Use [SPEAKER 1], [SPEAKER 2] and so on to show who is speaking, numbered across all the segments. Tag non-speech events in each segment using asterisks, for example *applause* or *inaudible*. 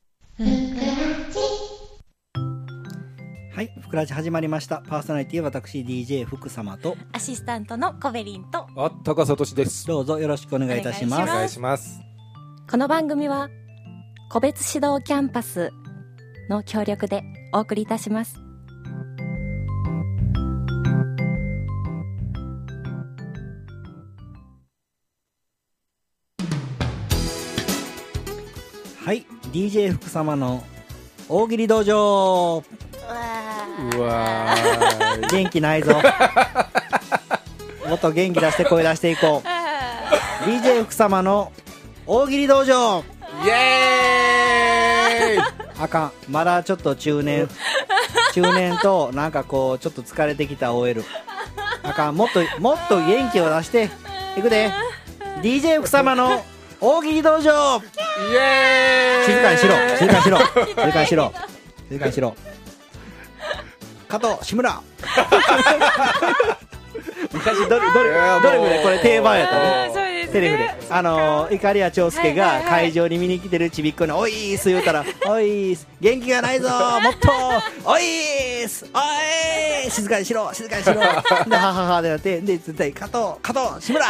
[SPEAKER 1] ふくらじ
[SPEAKER 2] はい、ふくらじ始まりました。パーソナリティは私 DJ 福様と
[SPEAKER 3] アシスタントのコベリンと
[SPEAKER 4] あったかさとしです。
[SPEAKER 2] どうぞよろしくお願いいたしま
[SPEAKER 4] お
[SPEAKER 2] す。
[SPEAKER 4] 願いします。
[SPEAKER 3] この番組は個別指導キャンパスの協力でお送りいたします
[SPEAKER 2] はい、DJ 福様の大喜利道場。
[SPEAKER 4] うわ *laughs* ーい。
[SPEAKER 2] 元気ないぞ。もっと元気出して声出していこう。DJ 福様の大喜利道場。
[SPEAKER 4] イエーイ。
[SPEAKER 2] あかん、まだちょっと中年。中年となんかこうちょっと疲れてきた OL。あかん、もっともっと元気を出して。いくで。DJ 福様の大喜利道場。
[SPEAKER 4] イエーイ。
[SPEAKER 2] 静かにしろ静かにしろ静かにしろ静かにしろ加藤志村昔ドリドリ
[SPEAKER 4] いやもう
[SPEAKER 2] ドリブでこれ定番やったね
[SPEAKER 4] あーそ
[SPEAKER 3] で
[SPEAKER 4] う
[SPEAKER 2] セリフであのー、りや長介
[SPEAKER 3] はい
[SPEAKER 2] が
[SPEAKER 3] はいはい
[SPEAKER 2] 会場に見に来てるちびっこに「おいーす」言うたら「おいーす元気がない
[SPEAKER 3] *laughs*
[SPEAKER 2] ぞーもっとおいーすおいー静かにしろ静
[SPEAKER 3] *laughs*
[SPEAKER 2] かにしろ」で「ははは」でなってで絶対「加藤加藤志
[SPEAKER 3] *laughs*
[SPEAKER 2] 村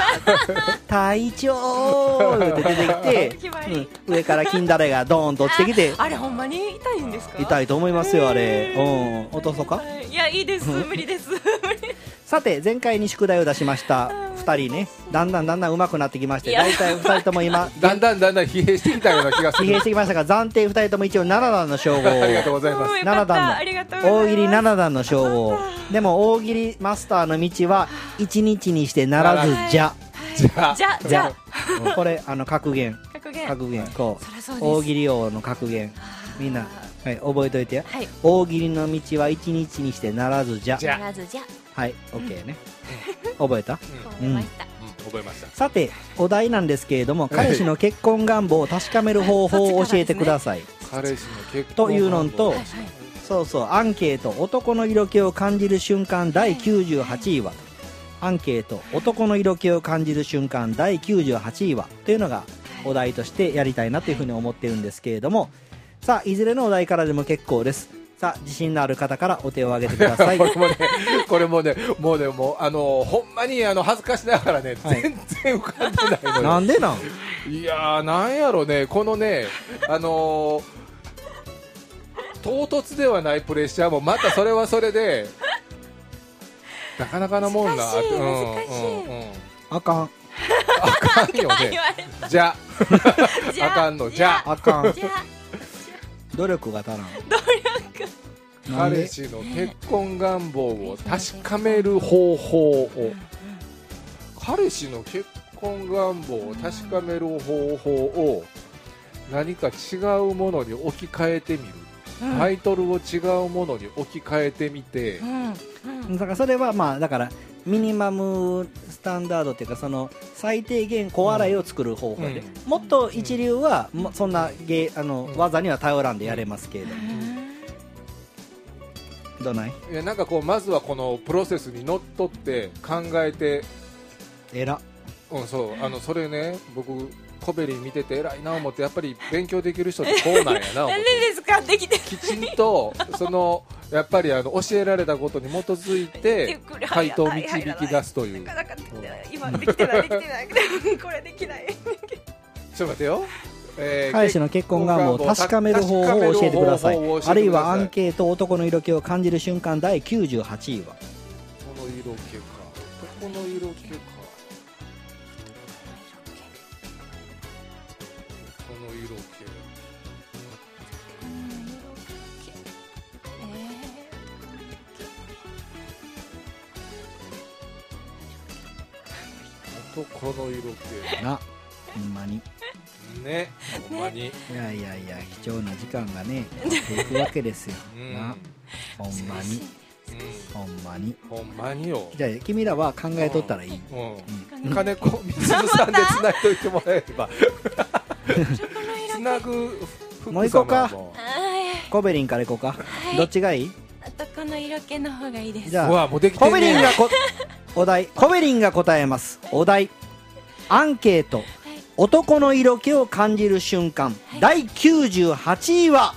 [SPEAKER 2] 隊長」って出
[SPEAKER 3] *laughs*
[SPEAKER 2] てき
[SPEAKER 3] 決ま
[SPEAKER 2] て、
[SPEAKER 3] り
[SPEAKER 2] うん上から金だれがドーンと落ちてきて
[SPEAKER 3] あれほんまに痛いんですか
[SPEAKER 2] 痛いと思いますよあれ
[SPEAKER 3] へ
[SPEAKER 2] うん落とそうか
[SPEAKER 3] いやいいです無理です無理
[SPEAKER 2] さて前回に宿題を出しました2人ねだんだんだんだん上手くなってきまして
[SPEAKER 3] いや
[SPEAKER 2] 大体2人とも今
[SPEAKER 4] だんだんだんだん疲弊してきたような気がす
[SPEAKER 2] 疲 *laughs*
[SPEAKER 4] る
[SPEAKER 2] 弊し。てきましたが暫定2人とも一応7段の称号
[SPEAKER 4] ありがとうございます。
[SPEAKER 3] うんよか
[SPEAKER 2] 7
[SPEAKER 3] った
[SPEAKER 2] 段
[SPEAKER 3] ありがとうご
[SPEAKER 2] の大
[SPEAKER 3] ざ
[SPEAKER 2] 喜利
[SPEAKER 3] います
[SPEAKER 2] 7段の称号でも大喜利マスターの道は1日にしてならずじゃ
[SPEAKER 4] じゃあ
[SPEAKER 3] じゃじゃ
[SPEAKER 2] これあの格言
[SPEAKER 3] 格言
[SPEAKER 2] 格言こ
[SPEAKER 3] そりゃそう
[SPEAKER 2] う
[SPEAKER 3] です
[SPEAKER 2] 大喜利王の格言みんな、はい、覚えといてや
[SPEAKER 3] はい
[SPEAKER 2] 大喜利の道は1日にしてならずじゃ
[SPEAKER 4] じゃあ
[SPEAKER 3] まずじゃ
[SPEAKER 2] はい OK ね覚えた
[SPEAKER 3] 覚えました
[SPEAKER 4] うん覚えました。
[SPEAKER 2] さてお題なんですけれども彼氏の結婚願望を確かめる方法を教えてください、
[SPEAKER 4] 彼氏の結婚
[SPEAKER 2] というのと *laughs*
[SPEAKER 3] はいはい
[SPEAKER 2] そうそうアンケート男の色気を感じる瞬間第98位はアンケート男の色気を感じる瞬間第98位はというのがお題としてやりたいなというふうに思ってるんですけれどもさあいずれのお題からでも結構ですさあ自信のある方からお手を挙げてください
[SPEAKER 4] これもね、これもね、もうね、もう、あの、ほんまに、あの、恥ずかしながらね、
[SPEAKER 2] はい
[SPEAKER 4] 全然浮かんでないのよ。
[SPEAKER 2] なんでなん
[SPEAKER 4] いやー、なんやろね、このね、あのー、唐突ではないプレッシャーも、またそれはそれで、なかなかなもんな、
[SPEAKER 3] 難しい難しい
[SPEAKER 4] うんうんうん
[SPEAKER 2] あかん
[SPEAKER 4] あかんよ
[SPEAKER 3] 言
[SPEAKER 4] ね、
[SPEAKER 3] われ
[SPEAKER 4] じゃ、
[SPEAKER 3] たじゃ
[SPEAKER 4] あかんの、じゃ、
[SPEAKER 2] あかん
[SPEAKER 3] じゃ
[SPEAKER 2] *laughs* 努力が足らん
[SPEAKER 3] 努
[SPEAKER 2] 力なん
[SPEAKER 4] 彼
[SPEAKER 2] で
[SPEAKER 4] 氏の結婚願望を確かめる方法を、彼氏の結婚願望を確かめる方法を、何か違うものに置き換えてみる。
[SPEAKER 3] 力
[SPEAKER 4] タ
[SPEAKER 3] い
[SPEAKER 4] イトルを違うものに置き換えてみて、
[SPEAKER 3] うんうん
[SPEAKER 2] だからそれはまあだからミニマムスタンダードっていうかその最低限小笑いを作る方法で、
[SPEAKER 4] う
[SPEAKER 2] もっと一流はもそんな芸あの
[SPEAKER 4] うん
[SPEAKER 2] 技には頼らんでやれますけれど、どない
[SPEAKER 4] いやなんかこうまずはこのプロセスにのっとって考えて、
[SPEAKER 2] えら
[SPEAKER 4] うん、そうあのそれね僕コベリン見てて偉いな思ってやっぱり勉強できる人ってこうなんや *laughs* な思っ
[SPEAKER 3] 何
[SPEAKER 4] て
[SPEAKER 3] でですかできて
[SPEAKER 4] きちんとそのやっぱりあの教えられたことに基づい *laughs* て回答を導き出すという
[SPEAKER 3] なかなかできてない今できてないできてないこれできない
[SPEAKER 4] ちょっと待ってよ、えー
[SPEAKER 2] 彼氏の結婚願望を確かめる方法を教えてください
[SPEAKER 4] 確かめる方法を教えてください
[SPEAKER 2] あるいはアンケート男の色気を感じる瞬間第98位は
[SPEAKER 4] この色気かこの色気かこの色気男の色
[SPEAKER 2] なほんまに
[SPEAKER 4] 気ねほんまに、
[SPEAKER 2] いやいやいや貴重な時間がねやっていくわけですよ、
[SPEAKER 4] うん
[SPEAKER 2] なほんまにほんまに
[SPEAKER 4] うん、ほんまによ、
[SPEAKER 2] じゃあ君らは考えとったらいい、
[SPEAKER 4] うん、金子みつるさんでつないといてもらえればつなぐ福
[SPEAKER 2] もう行こうか
[SPEAKER 4] 様も
[SPEAKER 2] コベリンから行こうか、どっちがいい
[SPEAKER 3] 男の色気の方がいいです
[SPEAKER 2] じゃ
[SPEAKER 4] う
[SPEAKER 2] あ
[SPEAKER 4] わもうできて
[SPEAKER 2] コ
[SPEAKER 4] んね
[SPEAKER 2] ベリンがこお題コベリンが答えますお題アンケート男の色気を感じる瞬間、第98位は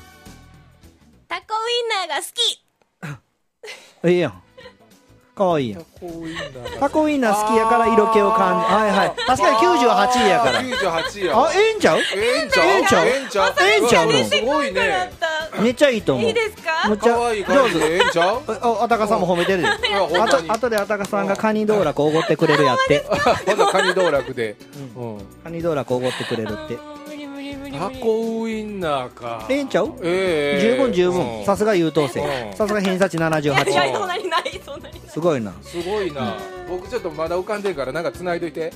[SPEAKER 3] タコウインナーが好き
[SPEAKER 2] ええやんかわいいやん
[SPEAKER 4] コウインナー
[SPEAKER 2] タコウインナー好きやから色気を感じはいはい確かに98位やから
[SPEAKER 4] 98や
[SPEAKER 2] あええんちゃう
[SPEAKER 4] ええんちゃう
[SPEAKER 2] ええんちゃう
[SPEAKER 4] ええんちゃう
[SPEAKER 2] ええんちゃうの
[SPEAKER 4] わすごいね
[SPEAKER 2] めっちゃいいと思う
[SPEAKER 3] いいですか
[SPEAKER 2] むっちゃ
[SPEAKER 4] 可愛い感じでええんちゃう
[SPEAKER 2] 上手ああたかさんも褒めてるで
[SPEAKER 4] いやほ
[SPEAKER 2] あ
[SPEAKER 4] *laughs* んまに
[SPEAKER 2] とあとであたかさんがカニ道楽おごってくれるやって
[SPEAKER 4] まだカニ道楽でうん
[SPEAKER 2] カニ道楽おごってくれるって
[SPEAKER 3] 無理無理無理無理
[SPEAKER 4] タコウインナーか
[SPEAKER 2] ええんちゃう
[SPEAKER 4] ええ
[SPEAKER 2] 十分十分さ
[SPEAKER 4] す
[SPEAKER 2] すが優等生
[SPEAKER 4] うん
[SPEAKER 2] さすが偏差値
[SPEAKER 3] い
[SPEAKER 4] や
[SPEAKER 3] や
[SPEAKER 4] い
[SPEAKER 2] 78
[SPEAKER 4] や
[SPEAKER 3] そんなにないそんなにない
[SPEAKER 2] すごいな
[SPEAKER 4] すごいな僕ちょっとまだ浮かんでんからなんか繋いどいて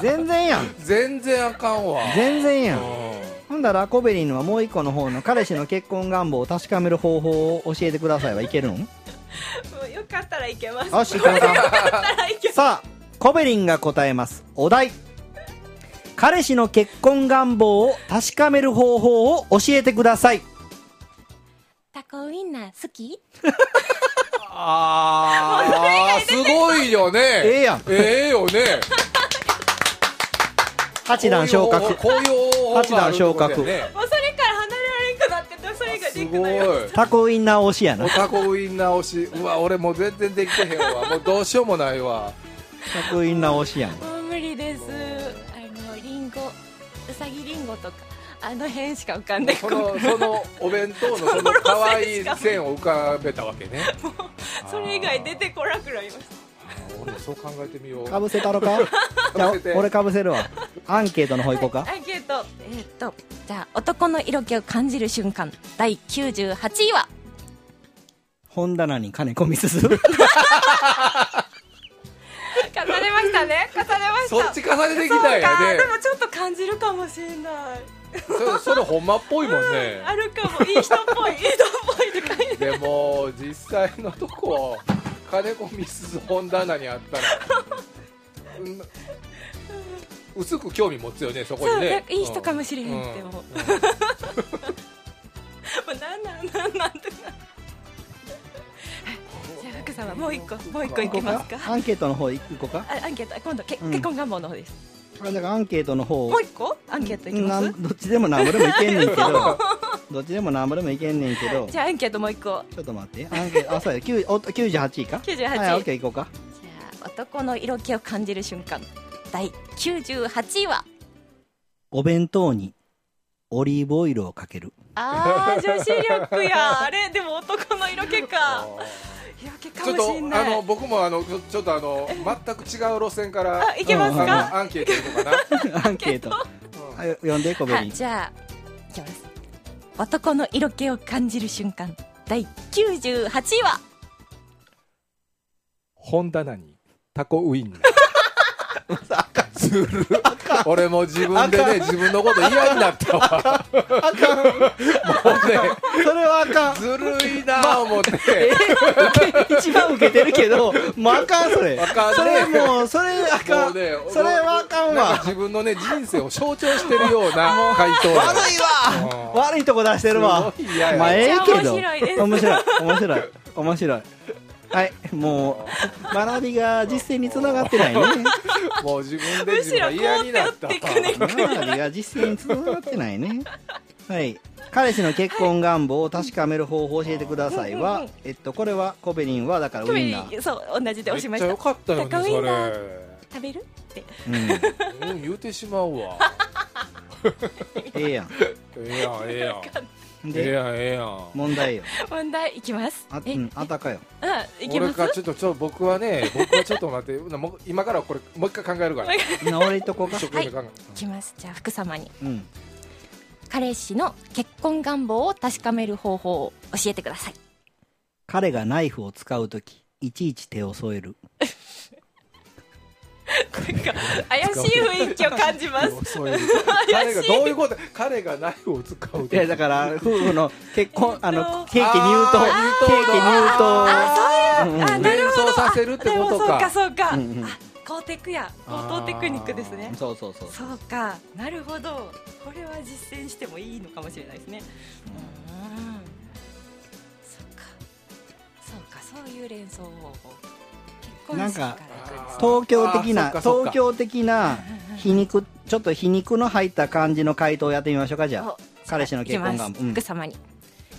[SPEAKER 2] 全然やん
[SPEAKER 4] 全然あかんわ
[SPEAKER 2] 全然やん
[SPEAKER 4] う
[SPEAKER 2] ほんだらコベリンはもう一個の方の彼氏の結婚願望を確かめる方法を教えてくださいはいけるの
[SPEAKER 3] もうよかったらいけます
[SPEAKER 2] よし行こうか
[SPEAKER 4] *laughs*
[SPEAKER 3] よかったらいけ
[SPEAKER 2] さあコベリンが答えますお題彼氏の結婚願望を確かめる方法を教えてください
[SPEAKER 3] タコウインナー好き
[SPEAKER 4] ああ *laughs* すごいよね
[SPEAKER 2] ええやん
[SPEAKER 4] ええよね
[SPEAKER 2] 八段昇格
[SPEAKER 4] こういう方法
[SPEAKER 2] 八段昇格
[SPEAKER 4] こういう方法があ
[SPEAKER 3] もう
[SPEAKER 4] るってことやね
[SPEAKER 3] それから離れられなくなっててそれが
[SPEAKER 4] す
[SPEAKER 3] でき
[SPEAKER 4] ご
[SPEAKER 3] ないいよ
[SPEAKER 2] タコウインナー推しやな
[SPEAKER 4] おタコウインナー推しうわ俺もう全然できてへんわもうどうしようもないわ
[SPEAKER 2] タコウインナー推しやん
[SPEAKER 3] もう無理ですあのリンゴうさぎリンゴとかあの辺しか浮かんで
[SPEAKER 4] そ
[SPEAKER 3] こない
[SPEAKER 4] のそのお弁当のその可愛い線を浮かべたわけね
[SPEAKER 3] *laughs* それ以外出てこなくなりまし
[SPEAKER 4] あー俺もそう考えてみよう
[SPEAKER 2] かぶせたろかじゃあ
[SPEAKER 4] *laughs* かぶせて
[SPEAKER 2] 俺かぶせるわアンケートの方行こう
[SPEAKER 3] た
[SPEAKER 2] か
[SPEAKER 3] アンケートえーっとじゃあ男の色気を感じる瞬間第98位は
[SPEAKER 2] 本棚に金込みすす
[SPEAKER 3] 重ねましたね重ねました
[SPEAKER 4] そっち重ねてき
[SPEAKER 3] そう
[SPEAKER 4] た
[SPEAKER 3] か
[SPEAKER 4] んやね
[SPEAKER 3] でもちょっと感じるかもしれない
[SPEAKER 4] そそれほんまっぽいもんね
[SPEAKER 3] あるかもいい人っぽいいい人っぽいって感じ
[SPEAKER 4] でも実際のとこ金子みすず本棚にあったら、うん薄く興味持つよねそこ
[SPEAKER 3] そ
[SPEAKER 4] に
[SPEAKER 3] う、
[SPEAKER 4] ね
[SPEAKER 3] ね、いい人かもしれへん
[SPEAKER 4] うん
[SPEAKER 3] って思う、も
[SPEAKER 4] うん
[SPEAKER 3] うなんなんなんなんってなじゃあ福様もう一個もう一個い
[SPEAKER 2] 行こ
[SPEAKER 3] け
[SPEAKER 2] う
[SPEAKER 3] ます
[SPEAKER 2] か
[SPEAKER 3] か
[SPEAKER 2] アンケートの方行こうか
[SPEAKER 3] あアンケート今度け、
[SPEAKER 2] うん
[SPEAKER 3] 結婚願望の方です
[SPEAKER 2] あじゃあアンケートの方
[SPEAKER 3] もう一個アンケートいきま
[SPEAKER 2] な
[SPEAKER 3] す
[SPEAKER 2] んどっちでもなんぼでもいけんねんけどどっちでもなんぼでもいけんねんけど
[SPEAKER 3] じゃあアンケートもう一個
[SPEAKER 2] ちょっと待ってアンケートあそうや9お98位か
[SPEAKER 3] 98
[SPEAKER 2] はいオッケー行こうか
[SPEAKER 3] じゃあ男の色気を感じる瞬間第98位は
[SPEAKER 2] お弁当にオリーブオイルをかける
[SPEAKER 3] あー *laughs* 女子力 *laughs* やあれでも男の色気か *laughs* 色気
[SPEAKER 4] ち
[SPEAKER 3] か
[SPEAKER 4] ょ
[SPEAKER 3] も
[SPEAKER 4] っ
[SPEAKER 3] しん
[SPEAKER 4] とあ
[SPEAKER 3] ない
[SPEAKER 4] の僕もあのちょちょっとあの全く違う路線から
[SPEAKER 3] あいけます
[SPEAKER 2] か
[SPEAKER 4] うんあのアンケートいこうかな、
[SPEAKER 2] アンケート
[SPEAKER 4] うん
[SPEAKER 2] はい読んでコベ
[SPEAKER 3] は
[SPEAKER 2] リ
[SPEAKER 3] い
[SPEAKER 2] ン
[SPEAKER 3] じゃあいきます男の色気を感じる瞬間第98位は
[SPEAKER 4] 本棚にタコウインナーずる俺もう自分でね自分のこと嫌になったわもうね
[SPEAKER 2] それはあかん
[SPEAKER 4] ずるいなあ思って、
[SPEAKER 2] 一番受けてるけどもうあかんそれ
[SPEAKER 4] あかんね
[SPEAKER 2] それもうそれあか
[SPEAKER 4] も
[SPEAKER 2] ん
[SPEAKER 4] うね
[SPEAKER 2] それはあかん
[SPEAKER 4] なん
[SPEAKER 2] わ
[SPEAKER 4] か自分のね人生を象徴してるような回答や
[SPEAKER 2] 悪いわ
[SPEAKER 4] うん
[SPEAKER 2] 悪いとこ出してるわ
[SPEAKER 4] すごい嫌や
[SPEAKER 2] まあええけど
[SPEAKER 3] めっちゃ面白いです
[SPEAKER 2] 面白い面白い面白いはいもう学びが実践につながって
[SPEAKER 4] *laughs*
[SPEAKER 2] ないね
[SPEAKER 4] もう自分で
[SPEAKER 3] む
[SPEAKER 4] 自
[SPEAKER 3] し
[SPEAKER 4] 分
[SPEAKER 3] ろ
[SPEAKER 4] が
[SPEAKER 3] こう
[SPEAKER 4] 嫌になった
[SPEAKER 3] 手を振ってくね
[SPEAKER 2] 学びが実践につながってないねはい彼氏の結婚願望を確かめる方法を教えてください
[SPEAKER 3] うんうん
[SPEAKER 2] は
[SPEAKER 3] うん、
[SPEAKER 2] えっと、これはコベリンはだからウインナー、
[SPEAKER 3] そう同じで押
[SPEAKER 4] めっ
[SPEAKER 3] し
[SPEAKER 4] ち
[SPEAKER 3] ま
[SPEAKER 4] ゃ
[SPEAKER 3] した
[SPEAKER 4] 良かったよね
[SPEAKER 3] タコウイ
[SPEAKER 4] そ
[SPEAKER 3] ン
[SPEAKER 4] れ
[SPEAKER 3] ナー食べるって
[SPEAKER 2] うん、
[SPEAKER 4] うん言うてしまう
[SPEAKER 3] *laughs*
[SPEAKER 4] わ
[SPEAKER 2] ええやん
[SPEAKER 4] ええやんええやんええ
[SPEAKER 2] で
[SPEAKER 4] やんええやん
[SPEAKER 2] 問題よ
[SPEAKER 3] 問題いきます
[SPEAKER 2] あ,、う
[SPEAKER 3] え、うん
[SPEAKER 2] ん、あたかよ
[SPEAKER 3] いきま
[SPEAKER 4] 俺
[SPEAKER 3] す
[SPEAKER 4] かちょっとちょっと僕は
[SPEAKER 3] *laughs*
[SPEAKER 4] ね僕はちょっと待ってもう今からこれもう一回考えるから
[SPEAKER 3] はい
[SPEAKER 2] な俺いとこうか
[SPEAKER 4] 一生懸命考
[SPEAKER 3] いきますじゃあ福様に
[SPEAKER 2] うん
[SPEAKER 3] 彼氏の結婚願望を確かめる方法を教えてください
[SPEAKER 2] 彼がナイフを使うときいちいち手を添える
[SPEAKER 3] なんか怪しい雰囲気を感じ
[SPEAKER 2] *laughs*
[SPEAKER 3] ま
[SPEAKER 4] え
[SPEAKER 3] す
[SPEAKER 4] るそ
[SPEAKER 3] *laughs*
[SPEAKER 4] ういう彼がどういうこと彼がナイフを使う
[SPEAKER 2] いやだから夫婦の結
[SPEAKER 3] *laughs*
[SPEAKER 2] 婚あの平家入刀
[SPEAKER 4] あー
[SPEAKER 2] 平家入
[SPEAKER 3] あ
[SPEAKER 2] 刀
[SPEAKER 3] そういうあな
[SPEAKER 4] 連
[SPEAKER 3] るほ
[SPEAKER 4] 想させるって
[SPEAKER 3] どで
[SPEAKER 4] こ
[SPEAKER 3] も
[SPEAKER 4] と
[SPEAKER 3] そうか
[SPEAKER 4] か
[SPEAKER 3] そうか、
[SPEAKER 2] うんうん
[SPEAKER 3] あ高テクや高等テクニックですね
[SPEAKER 2] そうそうそう
[SPEAKER 3] そうかなるほどこれは実践してもいいのかもしれないですねうんそうかそうかそういう連想方法結婚式からいくんですね
[SPEAKER 2] 東京的な
[SPEAKER 4] あーそ
[SPEAKER 2] 東
[SPEAKER 4] っかそっか
[SPEAKER 2] 京的な皮肉ちょっと皮肉の入った感じの回答をやってみましょうかじゃあ
[SPEAKER 3] お
[SPEAKER 2] 彼氏の結婚願望
[SPEAKER 3] いきます
[SPEAKER 2] うん
[SPEAKER 3] 奥様に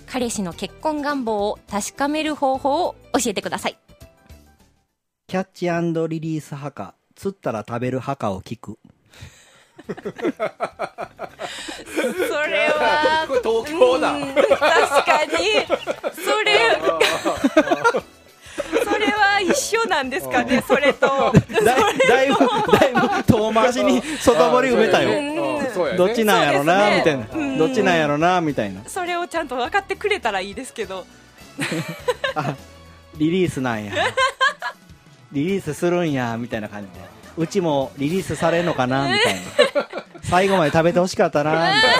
[SPEAKER 3] 彼氏の結婚願望を確かめる方法を教えてください
[SPEAKER 2] キャッチリリース派か釣ったら食べる派かを聞く
[SPEAKER 3] それは
[SPEAKER 4] これ東京だ
[SPEAKER 3] うん確かにそれそれは一緒なんですかね *laughs* それと
[SPEAKER 2] だいだいぶだいぶ遠回しに外堀埋めたよ
[SPEAKER 4] よ
[SPEAKER 3] うん
[SPEAKER 4] そうやね
[SPEAKER 2] どっちなんやろなみたい
[SPEAKER 3] そうですねう
[SPEAKER 2] なんどっちなんやろなみたいな
[SPEAKER 3] それをちゃんと分かってくれたらいいですけど
[SPEAKER 2] あ *laughs* リリースなんやリリースするんやみたいな感じでうちもリリースされんのかなみたいな最後まで食べてほしかったなみたいな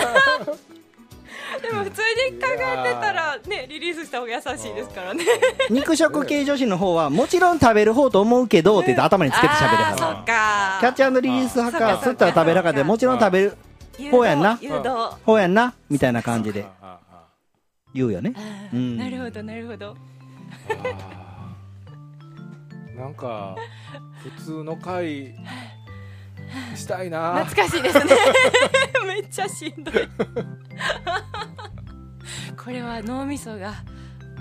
[SPEAKER 3] でも普通に考えてたらねリリースした方が優しいですからね
[SPEAKER 2] 肉食系女子の方はもちろん食べる方と思うけどって言って頭につけて喋る
[SPEAKER 3] あー
[SPEAKER 2] は
[SPEAKER 3] そ
[SPEAKER 2] ず
[SPEAKER 3] っか
[SPEAKER 2] キャッチリリース派
[SPEAKER 3] あー
[SPEAKER 2] か
[SPEAKER 3] そ
[SPEAKER 2] 吸
[SPEAKER 3] うかそ
[SPEAKER 2] っ
[SPEAKER 3] うか
[SPEAKER 2] たら食べる派でもちろん食べる
[SPEAKER 3] 誘導
[SPEAKER 2] こうやんな
[SPEAKER 3] 誘導
[SPEAKER 2] 方やんなみたいな感じで
[SPEAKER 4] ああああ
[SPEAKER 2] 言うよね *laughs*
[SPEAKER 3] あ
[SPEAKER 2] う
[SPEAKER 3] ー
[SPEAKER 2] ん
[SPEAKER 3] なるほどなるほど
[SPEAKER 4] あーなんか普通の会したいな
[SPEAKER 3] 懐かしいですね *laughs* めっちゃしんどい *laughs* これは脳みそが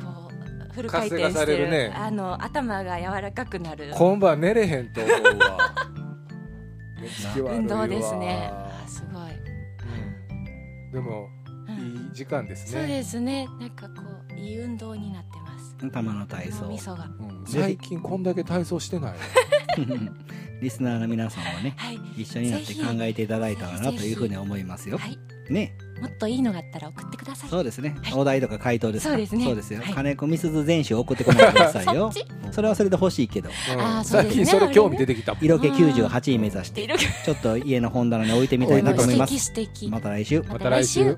[SPEAKER 3] こうフル回転し
[SPEAKER 4] 活性化さ
[SPEAKER 3] て
[SPEAKER 4] れ
[SPEAKER 3] る
[SPEAKER 4] るね
[SPEAKER 3] あの頭が柔らかくなる
[SPEAKER 4] 今晩寝れへんと思うわ寝つき悪いわ
[SPEAKER 3] 運動ですねあーすごい、
[SPEAKER 4] うんでも
[SPEAKER 3] うん
[SPEAKER 4] いい時間です
[SPEAKER 3] そう
[SPEAKER 4] ね
[SPEAKER 3] ですねなんかこういい運動になってます
[SPEAKER 2] 頭の体
[SPEAKER 3] 脳
[SPEAKER 2] 操
[SPEAKER 3] みそが
[SPEAKER 4] うん最近こんだけ体操してないわ
[SPEAKER 2] リスナーの皆さんはね
[SPEAKER 3] はい
[SPEAKER 2] 一緒になって考えていただいたらなというふうに思いますよ
[SPEAKER 3] はい
[SPEAKER 2] ね
[SPEAKER 3] もっといいのがあったら送ってください
[SPEAKER 2] そうですね
[SPEAKER 3] はい。
[SPEAKER 2] お題とか回答ですか。
[SPEAKER 3] そうですね
[SPEAKER 2] よ
[SPEAKER 3] はい。
[SPEAKER 2] 金子みすず全種送ってこないでください
[SPEAKER 3] *laughs* そ
[SPEAKER 2] よ
[SPEAKER 3] っ。ち
[SPEAKER 2] それはそれで欲しいけど。
[SPEAKER 4] うん
[SPEAKER 3] あーそう
[SPEAKER 4] 最
[SPEAKER 3] ですね
[SPEAKER 4] 近それ興味出てきたもん
[SPEAKER 2] 色気98位目指し
[SPEAKER 3] って
[SPEAKER 2] て
[SPEAKER 3] い、る
[SPEAKER 2] ちょっと家の本棚に置いてみたいなと思いま
[SPEAKER 3] 素敵
[SPEAKER 2] す。
[SPEAKER 3] 素敵
[SPEAKER 2] また来週。
[SPEAKER 4] また来週